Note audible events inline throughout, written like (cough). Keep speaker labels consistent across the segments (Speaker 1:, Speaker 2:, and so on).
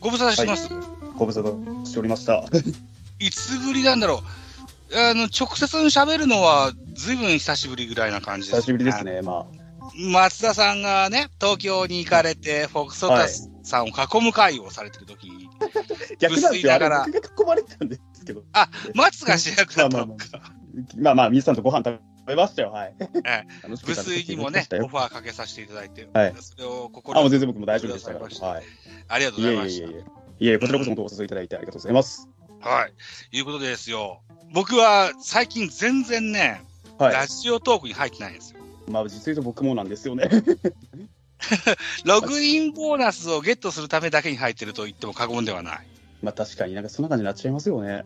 Speaker 1: ご無沙汰してます、
Speaker 2: ご無沙汰しておりました。
Speaker 1: い、つぶりなんだろうあの直接喋るのはずいぶん久しぶりぐらいな感じです、
Speaker 2: (laughs) 久しぶりですね。ま
Speaker 1: 松田さんがね東京に行かれてフォックスオタスさんを囲む会をされてる時に、
Speaker 2: あ、逆なんですよ。あ
Speaker 1: 薄いな
Speaker 2: れ、
Speaker 1: がら
Speaker 2: 僕が囲まれてたんですけど。
Speaker 1: あ松が主役だったのか
Speaker 2: まあまあ、水さんとご飯食べましたよ。はい。楽しく
Speaker 1: 無水
Speaker 2: 食べさせて
Speaker 1: に
Speaker 2: いた
Speaker 1: も
Speaker 2: だきま (laughs)
Speaker 1: ね
Speaker 2: したよ
Speaker 1: オファーかけさせていただいて、
Speaker 2: はい
Speaker 1: それを
Speaker 2: あ、も
Speaker 1: 心
Speaker 2: う
Speaker 1: に
Speaker 2: 全然僕も大丈夫でしたから。
Speaker 1: ございま
Speaker 2: はい。
Speaker 1: ありがとう
Speaker 2: い
Speaker 1: ござ
Speaker 2: え
Speaker 1: い
Speaker 2: い
Speaker 1: ま
Speaker 2: え
Speaker 1: し
Speaker 2: い
Speaker 1: た
Speaker 2: えいえ。いえ、こちらこそお誘いいただいてありがとうございます。
Speaker 1: はいいうことですよ僕は最近全然ね、
Speaker 2: は
Speaker 1: ラジオトークに入ってないんですよ
Speaker 2: い。まあ、実際と僕もなんですよね。 (laughs)
Speaker 1: ログインボーナスをゲットするためだけに入ってると言っても過言ではない
Speaker 2: まあ、確かになんかそんな感じになっちゃいますよね。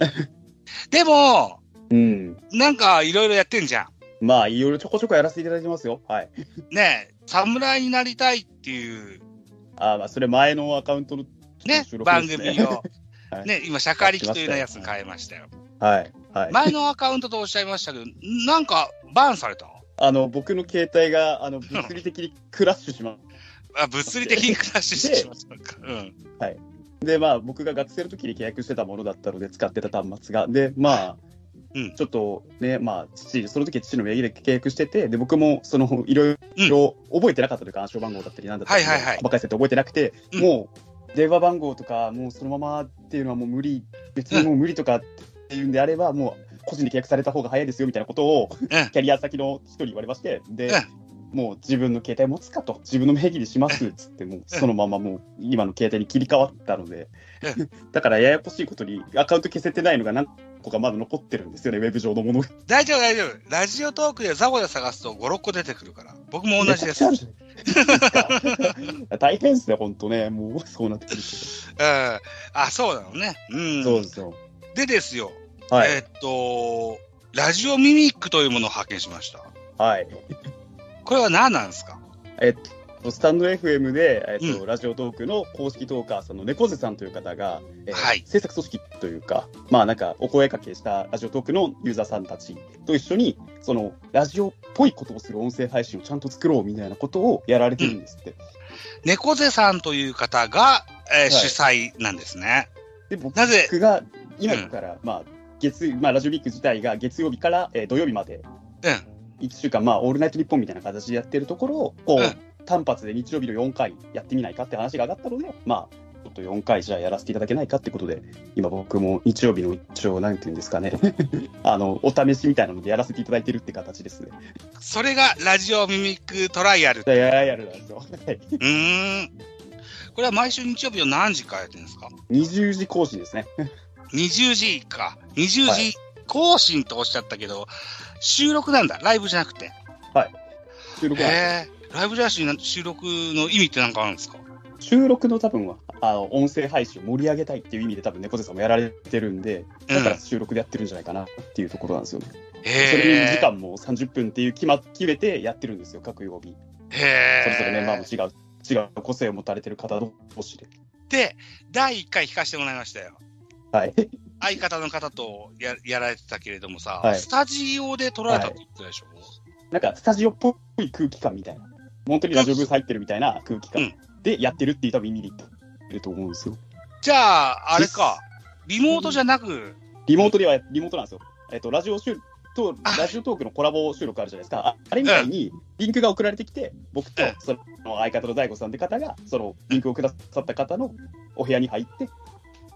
Speaker 1: でも
Speaker 2: うん。
Speaker 1: なんかいろいろやってんじゃん
Speaker 2: まあ、いろいろちょこちょこやらせていただいてますよ。はい。
Speaker 1: ねえ侍になりたいっていう
Speaker 2: あ、まあ、それ前のアカウントの
Speaker 1: ね
Speaker 2: 収録
Speaker 1: 番
Speaker 2: です
Speaker 1: 組を、
Speaker 2: (laughs) はい
Speaker 1: ね今、シャカリキというようなやつに変えましたよ。
Speaker 2: はい。はい。
Speaker 1: 前のアカウントとおっしゃいましたけど、なんかバーンされた
Speaker 2: あの、僕の携帯が、 (laughs) あの、物理的にクラッシュしま
Speaker 1: あ物理的にクラッシュしてしまったの
Speaker 2: (laughs)
Speaker 1: か。うん、
Speaker 2: でまあ僕が学生の時に契約してたものだったので使ってた端末がでまあ、
Speaker 1: うん
Speaker 2: ちょっとねまあ父その時父の名義で契約しててで僕もそのいろいろ覚えてなかったというか暗証番号だったりなんだったり
Speaker 1: はいはいはい
Speaker 2: 細かい設定覚えてなくて、
Speaker 1: うん
Speaker 2: もう電話番号とかもうそのままっていうのはもう無理別にもう無理とかっていうんであればもう個人で契約された方が早いですよみたいなことを、キャリア先の人に言われましてで、もう自分の携帯持つかと、自分の名義にしますっつって、
Speaker 1: (laughs)
Speaker 2: もうそのままもう今の携帯に切り替わったので、だからややこしいことにアカウント消せてないのが何個かまだ残ってるんですよね、ウェブ上のものが。
Speaker 1: 大丈夫、大丈夫。ラジオトークでザボで探すと5、6個出てくるから。僕も同じ
Speaker 2: (laughs)
Speaker 1: です。う
Speaker 2: め
Speaker 1: ん
Speaker 2: ちゃくちゃあるじ (laughs) ゃないですか大変ですね、ほんとね、もうそうなってくると。そ
Speaker 1: あ、そうなのね。うん。
Speaker 2: うですよ。
Speaker 1: でですよ、
Speaker 2: はい、
Speaker 1: えーっと、ラジオミミックというものを発見しました。
Speaker 2: はい。
Speaker 1: これは何なんですか
Speaker 2: えっと、スタンド FM で、えっと
Speaker 1: う
Speaker 2: ラジオトークの公式トーカーさんの猫背さんという方が、えー
Speaker 1: はい
Speaker 2: 制作組織というか、まあなんかお声掛けしたラジオトークのユーザーさんたちと一緒に、そのラジオっぽいことをする音声配信をちゃんと作ろうみたいなことをやられてるんですって。
Speaker 1: 猫背さんという方が、えー
Speaker 2: い
Speaker 1: 主催なんですね。
Speaker 2: で、僕
Speaker 1: なぜ、
Speaker 2: が今から、まあ月、まあラジオビック自体が月曜日から、えー土曜日まで
Speaker 1: うん。
Speaker 2: 1週間、まあオールナイトニッポンみたいな形でやってるところを、こう、
Speaker 1: うん
Speaker 2: 単発で日曜日の4回やってみないかって話が上がったので、まあ、ちょっと4回じゃあやらせていただけないかってことで、今僕も日曜日の一応、なんていうんですかね、 (laughs) あの、お試しみたいなのでやらせていただいてるって形ですね。
Speaker 1: それがラジオミミックトライア
Speaker 2: (laughs)
Speaker 1: ル。う
Speaker 2: いやいやいやるなんですよ。はい
Speaker 1: ーん。これは毎週日曜日の何時からやってるんですか
Speaker 2: 20時更新ですね。
Speaker 1: ?20 時か。20
Speaker 2: はい
Speaker 1: 時更新とおっしゃったけど、収録なんだ。ライブじゃなくて。
Speaker 2: 収録は、
Speaker 1: へえ。ライブじゃなしに収録の意味って何かあるんですか
Speaker 2: 収録の多分は、あの、音声配信を盛り上げたいっていう意味で多分猫背さんもやられてるんで、
Speaker 1: う
Speaker 2: だから
Speaker 1: ん。
Speaker 2: 収録でやってるんじゃないかなっていうところなんですよね。それに時
Speaker 1: へえ。
Speaker 2: 間も30分っていう決ま、決めてやってるんですよ、各曜日。
Speaker 1: へえ。
Speaker 2: それぞれメンバーも違う、違う個性を持たれてる方同士で。
Speaker 1: で、第1回聞かせてもらいましたよ。
Speaker 2: はい。
Speaker 1: 相方の方とややられてたけれどもさ、
Speaker 2: はい
Speaker 1: スタジオで撮られたって言ってたでしょ、
Speaker 2: なんか、スタジオっぽい空気感みたいな。本当にラジオブース入ってるみたいな空気
Speaker 1: うん
Speaker 2: 感でやってるっていう多分意味で言ってると思うんですよ。
Speaker 1: じゃあ、あれか、リモートじゃなく、
Speaker 2: リモートでは、リモートなんですよ。えっ、と、ラジオ収と
Speaker 1: あ
Speaker 2: ラジオトークのコラボ収録あるじゃないですか。ああれみたいに、リンクが送られてきて、僕と
Speaker 1: うん
Speaker 2: その相方の大悟さんって方が、そのリンクをくださった方のお部屋に入って、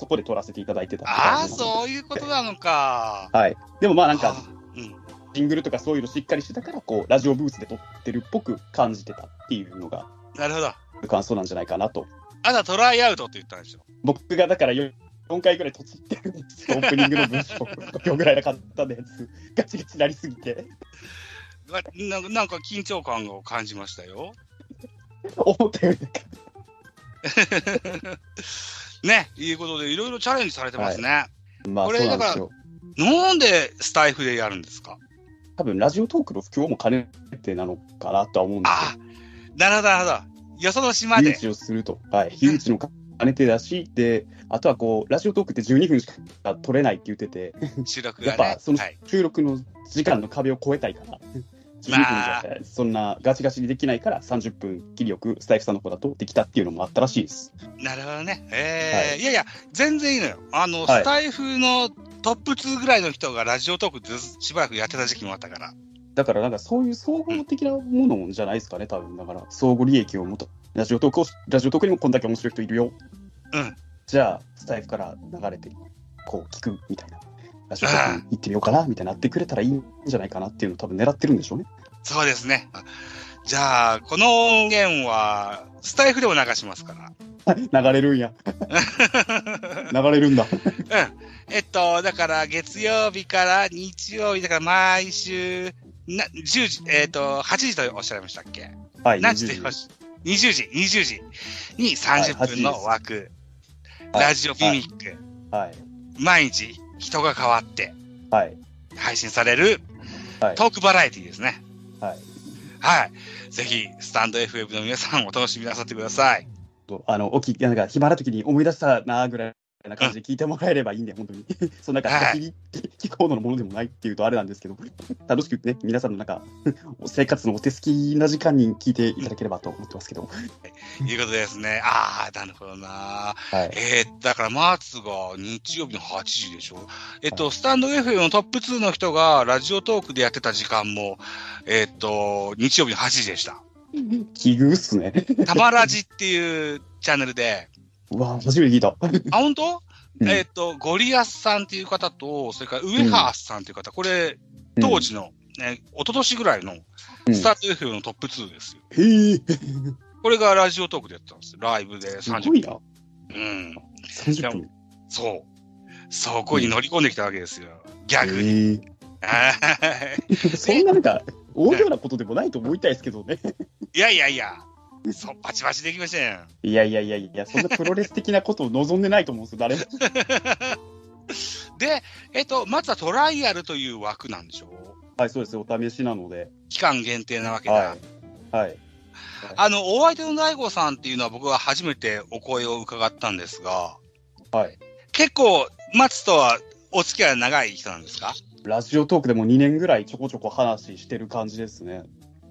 Speaker 2: そこで撮らせていただいてたって感
Speaker 1: ああ、
Speaker 2: じなので
Speaker 1: そういうことなのか。
Speaker 2: はい。でもまあなんか
Speaker 1: は、あうん、
Speaker 2: ジングルとかそういうのしっかりしてたから、こう、ラジオブースで撮ってるっぽく感じてたっていうのが、
Speaker 1: なるほど。あ
Speaker 2: 感想なんじゃないかなと。
Speaker 1: なたトライアウトって言ったんでしょ。
Speaker 2: 僕がだから4回ぐらいとちってるんですよオープニングの文章、5秒ぐらいなかったのやつ、ガチガチなりすぎて、
Speaker 1: わななんか緊張感を感じましたよ。 (laughs)
Speaker 2: 思ったよりなんか
Speaker 1: ね、いうことで、いろいろチャレンジされてますね。
Speaker 2: まあ
Speaker 1: こ
Speaker 2: そ
Speaker 1: れ
Speaker 2: うなんですよ。
Speaker 1: なんでスタイフでやるんですか
Speaker 2: 多分ラジオトークの不況も兼ねてなのかなとは思うんです
Speaker 1: ああ、なるほど、なるほど。よその島
Speaker 2: 誘
Speaker 1: で。
Speaker 2: 致をすると、はい、誘致の金手だし、で、あとはこう、ラジオトークって12分しか取れないって言ってて、
Speaker 1: 収録
Speaker 2: や
Speaker 1: が
Speaker 2: っ
Speaker 1: ね。
Speaker 2: ぱその
Speaker 1: はい。
Speaker 2: 収録の時間の壁を超えたいから、12分じゃそんなガチガチにできないから、30分、気力、スタイフさんの方だとできたっていうのもあったらしいです。
Speaker 1: なるほどね。えー、
Speaker 2: はい
Speaker 1: やいや、全然いいのよ。あの、
Speaker 2: はい
Speaker 1: スタイフのトップ2ぐらいの人がラジオトークずしばらくやってた時期もあったから。
Speaker 2: だから、なんかそういう総合的なものじゃないですかね、多分だから、相互利益をもと、ラジオトークを、ラジオトークにもこんだけ面白い人いるよ。
Speaker 1: うん
Speaker 2: じゃあ、スタイフから流れて、こう聞くみたいな。ラジオトークに行ってみようかなみたいになってくれたらいいんじゃないかなっていうのを多分狙ってるんでしょうね。 (laughs)
Speaker 1: そうですね。あじゃあ、この音源は、スタイフでも流しますから。 (laughs)
Speaker 2: 流れるんや。流れるんだ。
Speaker 1: えっと、だから月曜日から日曜日、だから毎週、な10時、えっと、8時とおっしゃいましたっけ
Speaker 2: はい、
Speaker 1: 何時と言いま
Speaker 2: 20
Speaker 1: し20時、20時に30分の枠、
Speaker 2: はい
Speaker 1: ラジオミミック、
Speaker 2: はい。
Speaker 1: 毎日人が変わって
Speaker 2: はい。
Speaker 1: 配信される
Speaker 2: はい
Speaker 1: トークバラエティですね。
Speaker 2: はい。
Speaker 1: はい。ぜひ、スタンド FM の皆さんお楽しみなさってください。
Speaker 2: あの、おき、なんか暇な時に思い出したなぐらい。な感じで聞いてもらえればいいんで、本当に。 (laughs) そんな
Speaker 1: は
Speaker 2: か、
Speaker 1: い
Speaker 2: に聞くほどのものでもないっていうとあれなんですけど、楽しくね、皆さんのなんか、生活のお手すきな時間に聞いていただければと思ってますけど、
Speaker 1: ということですね。ああ、なるほどな。
Speaker 2: はい。
Speaker 1: えー、だから、マーツが日曜日の8時でしょ。えっと、スタンド FM のトップ2の人がラジオトークでやってた時間も、えっと、日曜日の8時でした。
Speaker 2: 奇遇っすね。 (laughs)
Speaker 1: たまらじっていうチャンネルで、
Speaker 2: うわあ、初めて聞いた。
Speaker 1: あ、本当
Speaker 2: うん
Speaker 1: えっと、ゴリアスさんっていう方と、それから上原さんっていう方、これ、当時の、ね、一昨年ぐらいの
Speaker 2: うん
Speaker 1: スタート FM のトップ2ですよ。
Speaker 2: うんへえ、
Speaker 1: これがラジオトークでやってたんですよ。ライブです30
Speaker 2: ごいな。
Speaker 1: うん。
Speaker 2: 30分。
Speaker 1: そう。そこに乗り込んできたわけですよ。逆に。
Speaker 2: へ
Speaker 1: はい
Speaker 2: えそんななんか、大量なことでもないと思いたいですけどね。
Speaker 1: (laughs) いやいやいや。そう、バチバチできません。
Speaker 2: いやいやいやいや、そんなプロレス的なことを望んでないと思うんですよ、誰も。
Speaker 1: で、えっと、まずはトライアルという枠なんでしょう
Speaker 2: はい、そうです。お試しなので。
Speaker 1: 期間限定なわけだ。
Speaker 2: はい。はい。
Speaker 1: あの、お相手の大悟さんっていうのは僕は初めてお声を伺ったんですが、
Speaker 2: はい。
Speaker 1: 結構、松とはお付き合い長い人なんですか
Speaker 2: ラジオトークでも2年ぐらいちょこちょこ話してる感じですね。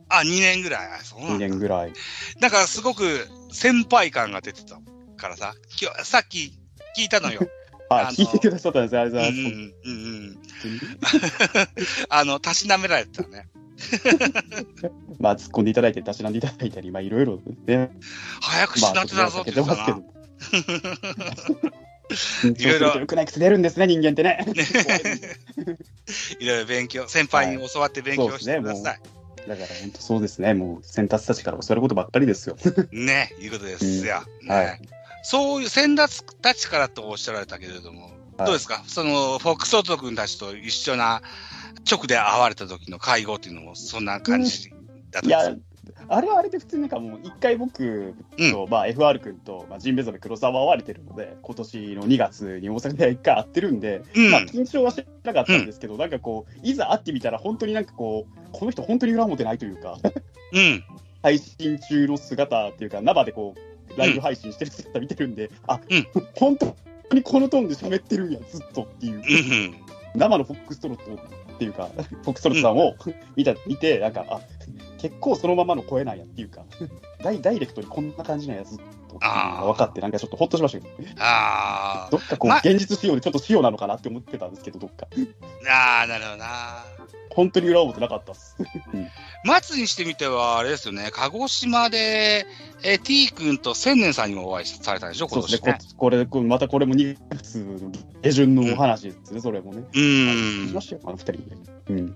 Speaker 1: あ、2年ぐらい。あそうな
Speaker 2: 2
Speaker 1: んだ。
Speaker 2: 年ぐらい。
Speaker 1: なんかすごく先輩感が出てたからさ、今日さっき聞いた
Speaker 2: (laughs)
Speaker 1: のよ。
Speaker 2: はい、
Speaker 1: あの
Speaker 2: 聞いてくださったんです。あり
Speaker 1: う
Speaker 2: が
Speaker 1: んう
Speaker 2: と
Speaker 1: ん
Speaker 2: うございます。
Speaker 1: うん
Speaker 2: 本
Speaker 1: うん。あの、たしなめられてたね。
Speaker 2: 当にまあ、突っ込んでいただいて、たしなんでいただいたり、まあ、いろいろね。
Speaker 1: 早くし
Speaker 2: まあ、
Speaker 1: なってたぞって言ってたな。
Speaker 2: いろいろ。よくない癖出るんですね、人間ってね。
Speaker 1: いろいろ勉強、先輩に教わって勉強してください。
Speaker 2: (laughs) だから、本当そうですね。もう、先達たちから教わることばっかりですよ。
Speaker 1: ね、いうことですよ。
Speaker 2: んはい
Speaker 1: ねそういう先達たちからとおっしゃられたけれども、
Speaker 2: はい
Speaker 1: どうですかその、フォックソート君たちと一緒な、直で会われた時の会合っていうのも、そんな感じだったんで
Speaker 2: い
Speaker 1: す
Speaker 2: や、あれはあれで普通なんかもう、一回僕と、まあ、FR 君と、まあ、ジンベエザメ黒沢は会われてるので、今年の2月に大阪で一回会ってるんで、
Speaker 1: うん
Speaker 2: まあ、緊張はしてなかったんですけど、なんかこう、いざ会ってみたら、本当になんかこう、この人、本当に裏表ないというか、 (laughs)
Speaker 1: うん。
Speaker 2: 配信中の姿っていうか、生でこう、ライブ配信してる姿見てるんで、あ、
Speaker 1: うん
Speaker 2: 本当にこのトーンで喋ってるんや、ずっとっていう、
Speaker 1: うん。
Speaker 2: 生のフォックストロットっていうか、 (laughs) フォックストロットさんを見た見て、なんか、あ結構そのままの声なんやっていうか、 (laughs) ダイダイレクトにこんな感じなんや、ずっと。っていうのが分かって、なんかちょっとほっとしましたけど、
Speaker 1: あー
Speaker 2: どっかこう、
Speaker 1: ま
Speaker 2: 現実仕様でちょっと仕様なのかなって思ってたんですけど、どっか。
Speaker 1: あー、なるほどな。
Speaker 2: 本当に裏表なかったっす。
Speaker 1: 松にしてみては、あれですよね、鹿児島で、えー、T 君と千年さんにもお会いされたんでしょ、
Speaker 2: そ
Speaker 1: 今
Speaker 2: うですね
Speaker 1: 年ね。
Speaker 2: ここれ、これまたこれも2月の下旬のお話ですね、それもね。
Speaker 1: うー
Speaker 2: し
Speaker 1: ん
Speaker 2: ま。したよ、あの2人で。うん、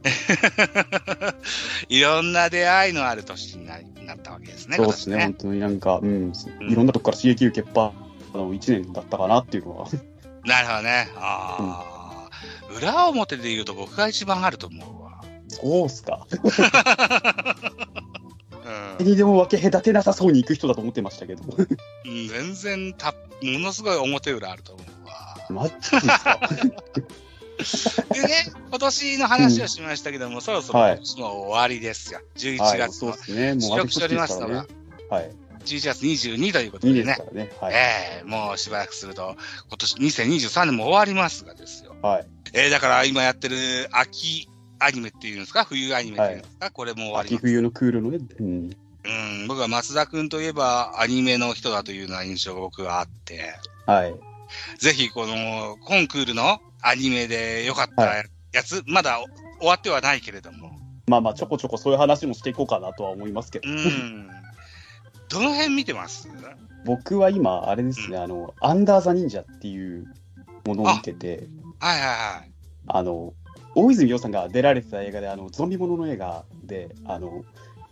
Speaker 1: いろんな出会いのある年になりなったわけですね、
Speaker 2: そう
Speaker 1: 今
Speaker 2: です
Speaker 1: 年
Speaker 2: ね、
Speaker 1: ね
Speaker 2: 本。当になんか、うん、
Speaker 1: ん
Speaker 2: いろんなとこから刺激を受けっぱの1年だったかなっていうのは、
Speaker 1: なるほどね。ああ、裏表で言うと僕が一番あると思うわ。
Speaker 2: そうっすか、
Speaker 1: うん
Speaker 2: にでも分け隔てなさそうに行く人だと思ってましたけど、
Speaker 1: うん、全然た、ものすごい表裏あると思うわ。
Speaker 2: (laughs) マジですか、
Speaker 1: (laughs) でね、今年の話をしましたけども、そろそろ
Speaker 2: はい
Speaker 1: 今年も終わりですよ。11
Speaker 2: はい、
Speaker 1: 月
Speaker 2: そう
Speaker 1: の
Speaker 2: ですね、もう
Speaker 1: 収
Speaker 2: あと
Speaker 1: 録しており
Speaker 2: 一
Speaker 1: ま
Speaker 2: つですす
Speaker 1: の
Speaker 2: から
Speaker 1: が
Speaker 2: ね。はい、
Speaker 1: 11月22ということ
Speaker 2: 2
Speaker 1: で
Speaker 2: 年で
Speaker 1: ね
Speaker 2: す。からね。はい。
Speaker 1: ええもうしばらくすると、今年2023年も終わりますがですよ。
Speaker 2: はい。
Speaker 1: ええだから今やってる秋アニメっていうんですか、冬アニメっていうんですか、これも終わり
Speaker 2: 秋
Speaker 1: ます。
Speaker 2: 冬のクールのね。うん。
Speaker 1: うん、僕は松田君といえばアニメの人だというような印象が僕はあって、
Speaker 2: はい。
Speaker 1: ぜひこのコンクールのアニメで良かったやつ、まだ終わってはないけれども、
Speaker 2: まあまあ、ちょこちょこそういう話もしていこうかなとは思いますけど
Speaker 1: う。
Speaker 2: (laughs)
Speaker 1: ん、どの辺見てます
Speaker 2: 僕は今、あれですね、あの、アンダーザ・忍者っていうものを見てて、
Speaker 1: はいはい
Speaker 2: あの、大泉洋さんが出られてた映画で、あの、ゾンビものの映画で、あの、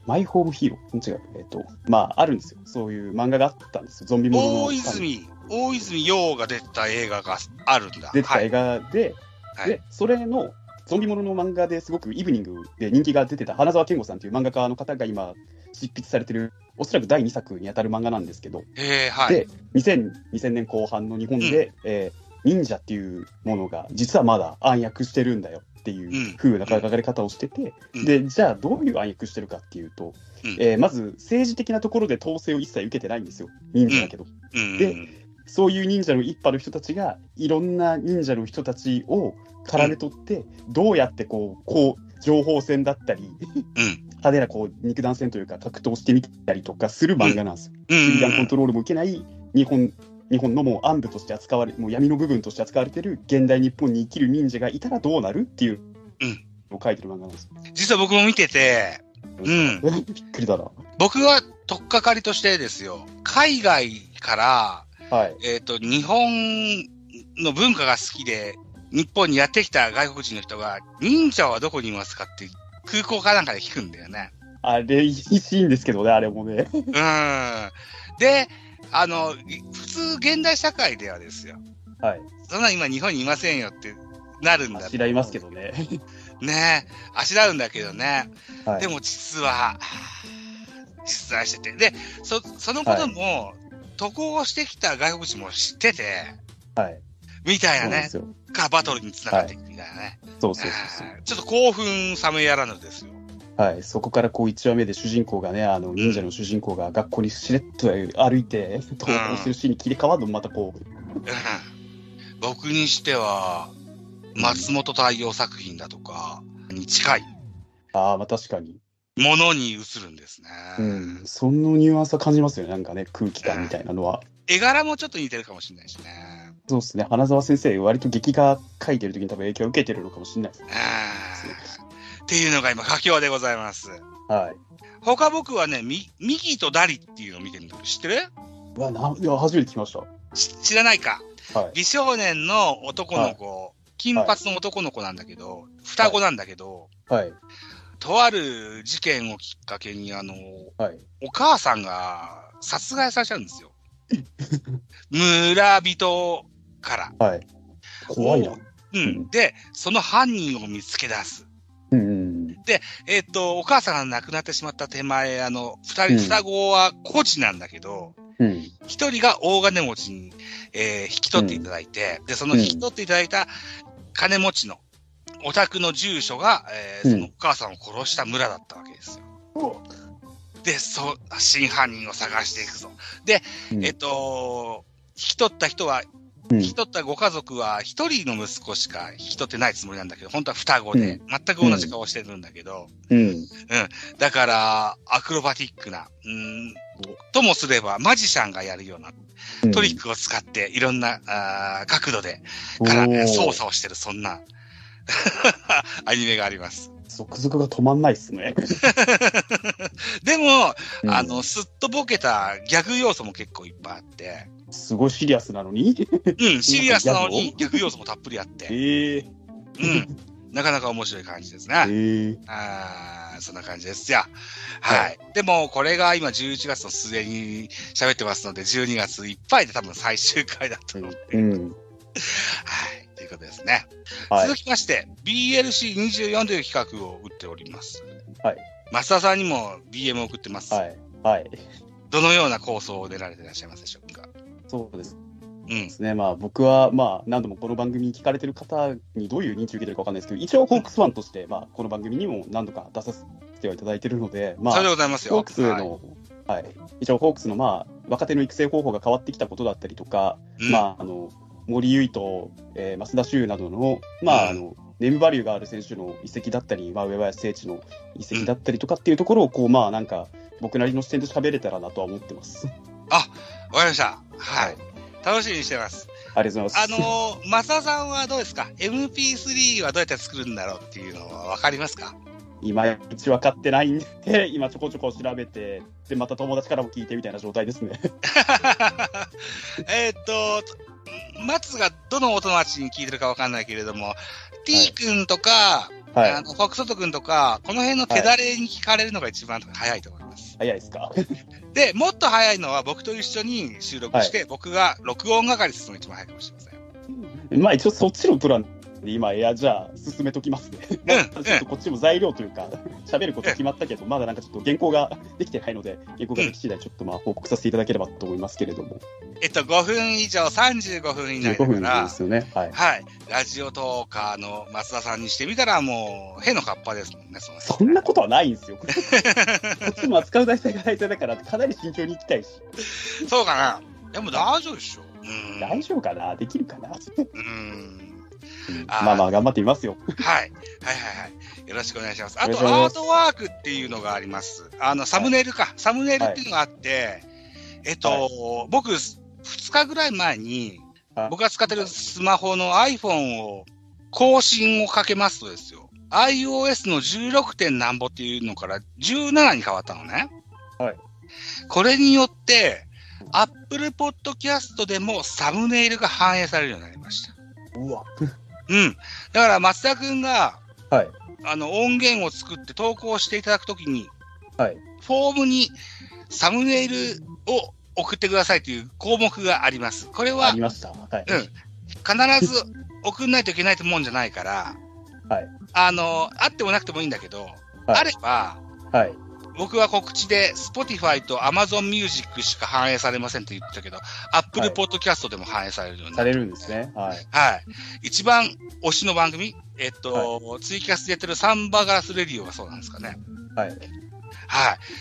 Speaker 2: マイホームヒーロー、違う、えっと、まあ、あるんですよ。そういう漫画があったんですよ。ゾンビものの。
Speaker 1: 大泉、大泉洋が出た映画があるんだ。
Speaker 2: 出てた映
Speaker 1: はい
Speaker 2: 画で、
Speaker 1: はい
Speaker 2: でそれのゾンビものの漫画ですごくイブニングで人気が出てた花澤健吾さんという漫画家の方が今執筆されてるおそらく第2作にあたる漫画なんですけど、
Speaker 1: ええはい。
Speaker 2: で 2000, 2000年後半の日本で、えー忍者っていうものが実はまだ暗躍してるんだよっていう風な書かれ方をしてて、
Speaker 1: うん
Speaker 2: でじゃあどういう暗躍してるかっていうと、
Speaker 1: うん
Speaker 2: えーまず政治的なところで統制を一切受けてないんですよ忍者だけど。
Speaker 1: うん
Speaker 2: でそういう忍者の一派の人たちが、いろんな忍者の人たちを絡め取って、どうやってこう、こう、情報戦だったり、
Speaker 1: うん
Speaker 2: 派手なこう肉弾戦というか、格闘してみたりとかする漫画なんですよ。
Speaker 1: うん
Speaker 2: スリーランコントロールも受けない日本日本のもう暗部として扱われ、もう闇の部分として扱われてる現代日本に生きる忍者がいたらどうなるっていう
Speaker 1: うん
Speaker 2: のを書いてる漫画なんですよ。
Speaker 1: 実は僕も見てて、うん、
Speaker 2: びっくりだな。
Speaker 1: 僕は取っかかりとしてですよ、海外から、
Speaker 2: はい。
Speaker 1: えっと日本の文化が好きで、日本にやってきた外国人の人が、忍者はどこにいますかって空港かなんかで聞くんだよね。
Speaker 2: あれ、いいシーンですけどね、あれもね。
Speaker 1: うん。で、あの、普通現代社会ではですよ、
Speaker 2: はい。
Speaker 1: そんな今日本にいませんよってなるんだ
Speaker 2: あしらいますけどね。
Speaker 1: ねえ、あしらうんだけどね。
Speaker 2: はい
Speaker 1: でも実は、実在してて。で、そそのことも、渡航してきた外国人も知ってて、
Speaker 2: はい。
Speaker 1: みたい
Speaker 2: そう
Speaker 1: な
Speaker 2: なん
Speaker 1: ね
Speaker 2: です、よ。
Speaker 1: がバトルにつながっていくみたいなね。
Speaker 2: そうそうそうそう。
Speaker 1: ちょっと興奮冷めやらぬですよ。
Speaker 2: はい、そこからこう1話目で主人公がね、あの忍者の主人公が学校にしれっと歩いて、登校するシーンに切り替わるのもまたこう、
Speaker 1: うん僕にしては、松本太陽作品だとかに近い
Speaker 2: ああ、まあ確かに、
Speaker 1: ものに映るんですね。
Speaker 2: うん、そのニュアンスは感じますよね、なんかね、空気感みたいなのは。
Speaker 1: 絵柄もちょっと似てるかもしれないしね。
Speaker 2: そうですね、花澤先生、割と劇画描いてる時に多分影響を受けてるのかもしれないです
Speaker 1: う
Speaker 2: ね。
Speaker 1: んっていうのが今、佳境でございます。
Speaker 2: はい。
Speaker 1: 他僕はね、ミミギーとダリっていうのを見てるんだけど、知ってる
Speaker 2: うわないや、初めて聞きまし
Speaker 1: し知らないか。
Speaker 2: た。はい。
Speaker 1: 美少年の男の子、金髪の男の子なんだけど、双子なんだけど、
Speaker 2: はい。
Speaker 1: とある事件をきっかけに、あの、
Speaker 2: はい。
Speaker 1: お母さんが殺害されちゃうん (laughs) ですよ。村人から。
Speaker 2: はい。怖いな。
Speaker 1: う
Speaker 2: うん
Speaker 1: ん。で、その犯人を見つけ出す。
Speaker 2: うんうん。
Speaker 1: えっ、と、お母さんが亡くなってしまった手前、あの、二
Speaker 2: うん
Speaker 1: 人、双子は孤児なんだけど、
Speaker 2: うん。
Speaker 1: 一人が大金持ちに、えー引き取っていただいて、で、その引き取っていただいた金持ちのお宅の住所が、えー
Speaker 2: うん
Speaker 1: そのお母さんを殺した村だったわけですよ。で、そう、真犯人を探していくぞ。で、
Speaker 2: うん
Speaker 1: えっと、引き取った人は、
Speaker 2: うん
Speaker 1: 引き取ったご家族は一人の息子しか引き取ってないつもりなんだけど、本当は双子で、全く同じ顔してるんだけど、
Speaker 2: うん。
Speaker 1: だから、アクロバティックな、うん、ともすれば、マジシャンがやるような
Speaker 2: うん
Speaker 1: トリックを使って、いろんなあー角度で、
Speaker 2: おー
Speaker 1: からね操作をしてる、そんな (laughs) アニメがあります。
Speaker 2: 続々が止まんないっすね。
Speaker 1: でも、
Speaker 2: うん
Speaker 1: あの、すっとぼけたギャグ要素も結構いっぱいあって、
Speaker 2: すごいシリアスなのに。
Speaker 1: うん、シリアスなの
Speaker 2: (laughs) ギャ
Speaker 1: にギャグ要素もたっぷりあって、
Speaker 2: ええ
Speaker 1: うん、なかなか面白い感じです
Speaker 2: え
Speaker 1: ね。
Speaker 2: ー
Speaker 1: あーそんな感じですじゃあはい。でも、これが今11月の末に喋ってますので、12月いっぱいで多分最終回だと思って、
Speaker 2: うん。
Speaker 1: はい。ということですね。
Speaker 2: はい
Speaker 1: 続。きまして、BLC24 という企画を打っております。
Speaker 2: はい。
Speaker 1: 増田さんにも DM を送ってます。
Speaker 2: はい。はい。
Speaker 1: どのような構想を出られていらっしゃいますでしょうか。
Speaker 2: そうです
Speaker 1: うん。
Speaker 2: ね。まあ僕は、まあ何度もこの番組に聞かれてる方にどういう認知を受けてるかわかんないですけど、一応ホークスファンとして、まあこの番組にも何度か出させてはいただいてるので、ま
Speaker 1: それで
Speaker 2: あ、
Speaker 1: ございますよ。
Speaker 2: ホークス
Speaker 1: はい
Speaker 2: の、はい、一応、ホークスの、まあ、若手の育成方法が変わってきたことだったりとか、
Speaker 1: うん
Speaker 2: まあ、あの森唯と、えー増田修などの,、まああのネームバリューがある選手の移籍だったり、まあ、上林誠地の移籍だったりとかっていうところをこう、まあ、なんか僕なりの視点で喋れたらなとは思ってます。
Speaker 1: わかりました。は
Speaker 2: はい
Speaker 1: い。楽しみにしてます。
Speaker 2: ありがとうござ
Speaker 1: あ
Speaker 2: います。
Speaker 1: の
Speaker 2: (laughs)
Speaker 1: ー、マサさんはどうですか ?MP3 はどうやって作るんだろうっていうのはわかりますか
Speaker 2: いまいち分かってないんで、 (laughs) 今ちょこちょこ調べて、で、また友達からも聞いてみたいな状態ですね。 (laughs)
Speaker 1: (laughs) えーっと、松がどのお友達に聞いてるかわかんないけれども、T 君とか、
Speaker 2: はい
Speaker 1: あ。のフォックソト君とか、この辺の手だれに聞かれるのが一番早いと思います。
Speaker 2: 早いですか。 (laughs)
Speaker 1: で、もっと早いのは僕と一緒に収録して、僕が録音係するのが一番早いかもしれません。
Speaker 2: まあ一応そっちのプランで今、エアじゃあ進めときますね。まあ (laughs) ちょっとこっちも材料というか、 (laughs) 喋ること決まったけど、まだなんかちょっと原稿ができてないので、原稿ができ次第ちょっとまあ報告させていただければと思いますけれども、
Speaker 1: えっと、5分以上、35分以内
Speaker 2: 15
Speaker 1: だか
Speaker 2: 分で
Speaker 1: ら、
Speaker 2: すよね。
Speaker 1: (laughs)
Speaker 2: はい。
Speaker 1: はい。ラジオトーカーの松田さんにしてみたら、もう、へのカッパですもんね、その人
Speaker 2: そんなことはないんですよ。 (laughs) こっちも扱う題材が題材だから、かなり慎重にいきたいし、
Speaker 1: そうかな。でも大丈夫でしょ。うん。
Speaker 2: 大丈夫かなできるかな
Speaker 1: うん。あー
Speaker 2: まあまあ頑張ってみますよ。
Speaker 1: はい。はいはいはい。よろしくお願いします。あと、
Speaker 2: よろしくお願
Speaker 1: ア
Speaker 2: い
Speaker 1: ー
Speaker 2: し
Speaker 1: トワークっていうのがあります。あの、サムネイルか。サムネイルっていうのがあって、えっと、
Speaker 2: は
Speaker 1: 僕、2日ぐらい前に
Speaker 2: はい、
Speaker 1: 僕が使ってるスマホの iPhone を、更新をかけますとですよ。iOS の 16. 点なんぼっていうのから17に変わったのね。
Speaker 2: はい。
Speaker 1: これによって、Apple Podcast でもサムネイルが反映されるようになりました。
Speaker 2: うわ。
Speaker 1: うん。だから松田くんが、
Speaker 2: はい
Speaker 1: あの、音源を作って投稿していただくときに、
Speaker 2: はい
Speaker 1: フォームにサムネイルを送ってくださいという項目があります。これ
Speaker 2: あ
Speaker 1: は
Speaker 2: りました。はい。
Speaker 1: うん必ず送んないといけないってもんじゃないから、
Speaker 2: はい
Speaker 1: あの、あってもなくてもいいんだけど、
Speaker 2: はい
Speaker 1: あれば、
Speaker 2: はい。
Speaker 1: 僕は告知で Spotify と Amazon Music しか反映されませんって言ってたけど、Apple
Speaker 2: はい
Speaker 1: Podcast でも反映されるようにな
Speaker 2: さ
Speaker 1: る
Speaker 2: れるんですね。はい。
Speaker 1: はい。一番推しの番組、えっと、ツイキャスでやってるサンバガラスレディオがそうなんですかね。
Speaker 2: はい。
Speaker 1: はい。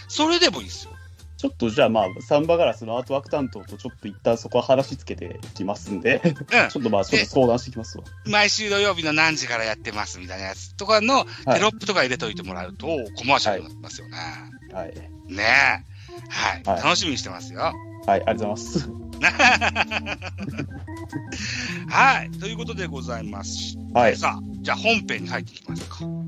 Speaker 1: それでもいいですよ。
Speaker 2: ちょっとじゃあまあ、サンバガラスのアートワーク担当とちょっと一旦そこは話つけてきますんで、ちょっとまあ、ちょっと相談してきますわ。
Speaker 1: 毎週土曜日の何時からやってますみたいなやつとかの
Speaker 2: はい
Speaker 1: テロップとか入れといてもらうとコマーシャルになってますよね。
Speaker 2: はい。
Speaker 1: ねえ。はい。
Speaker 2: はい
Speaker 1: 楽しみにしてますよ。
Speaker 2: はい、ありがとうございます。
Speaker 1: はい。ということでございます。
Speaker 2: はい。
Speaker 1: さあ、じゃあ本編に入っていきましょうか。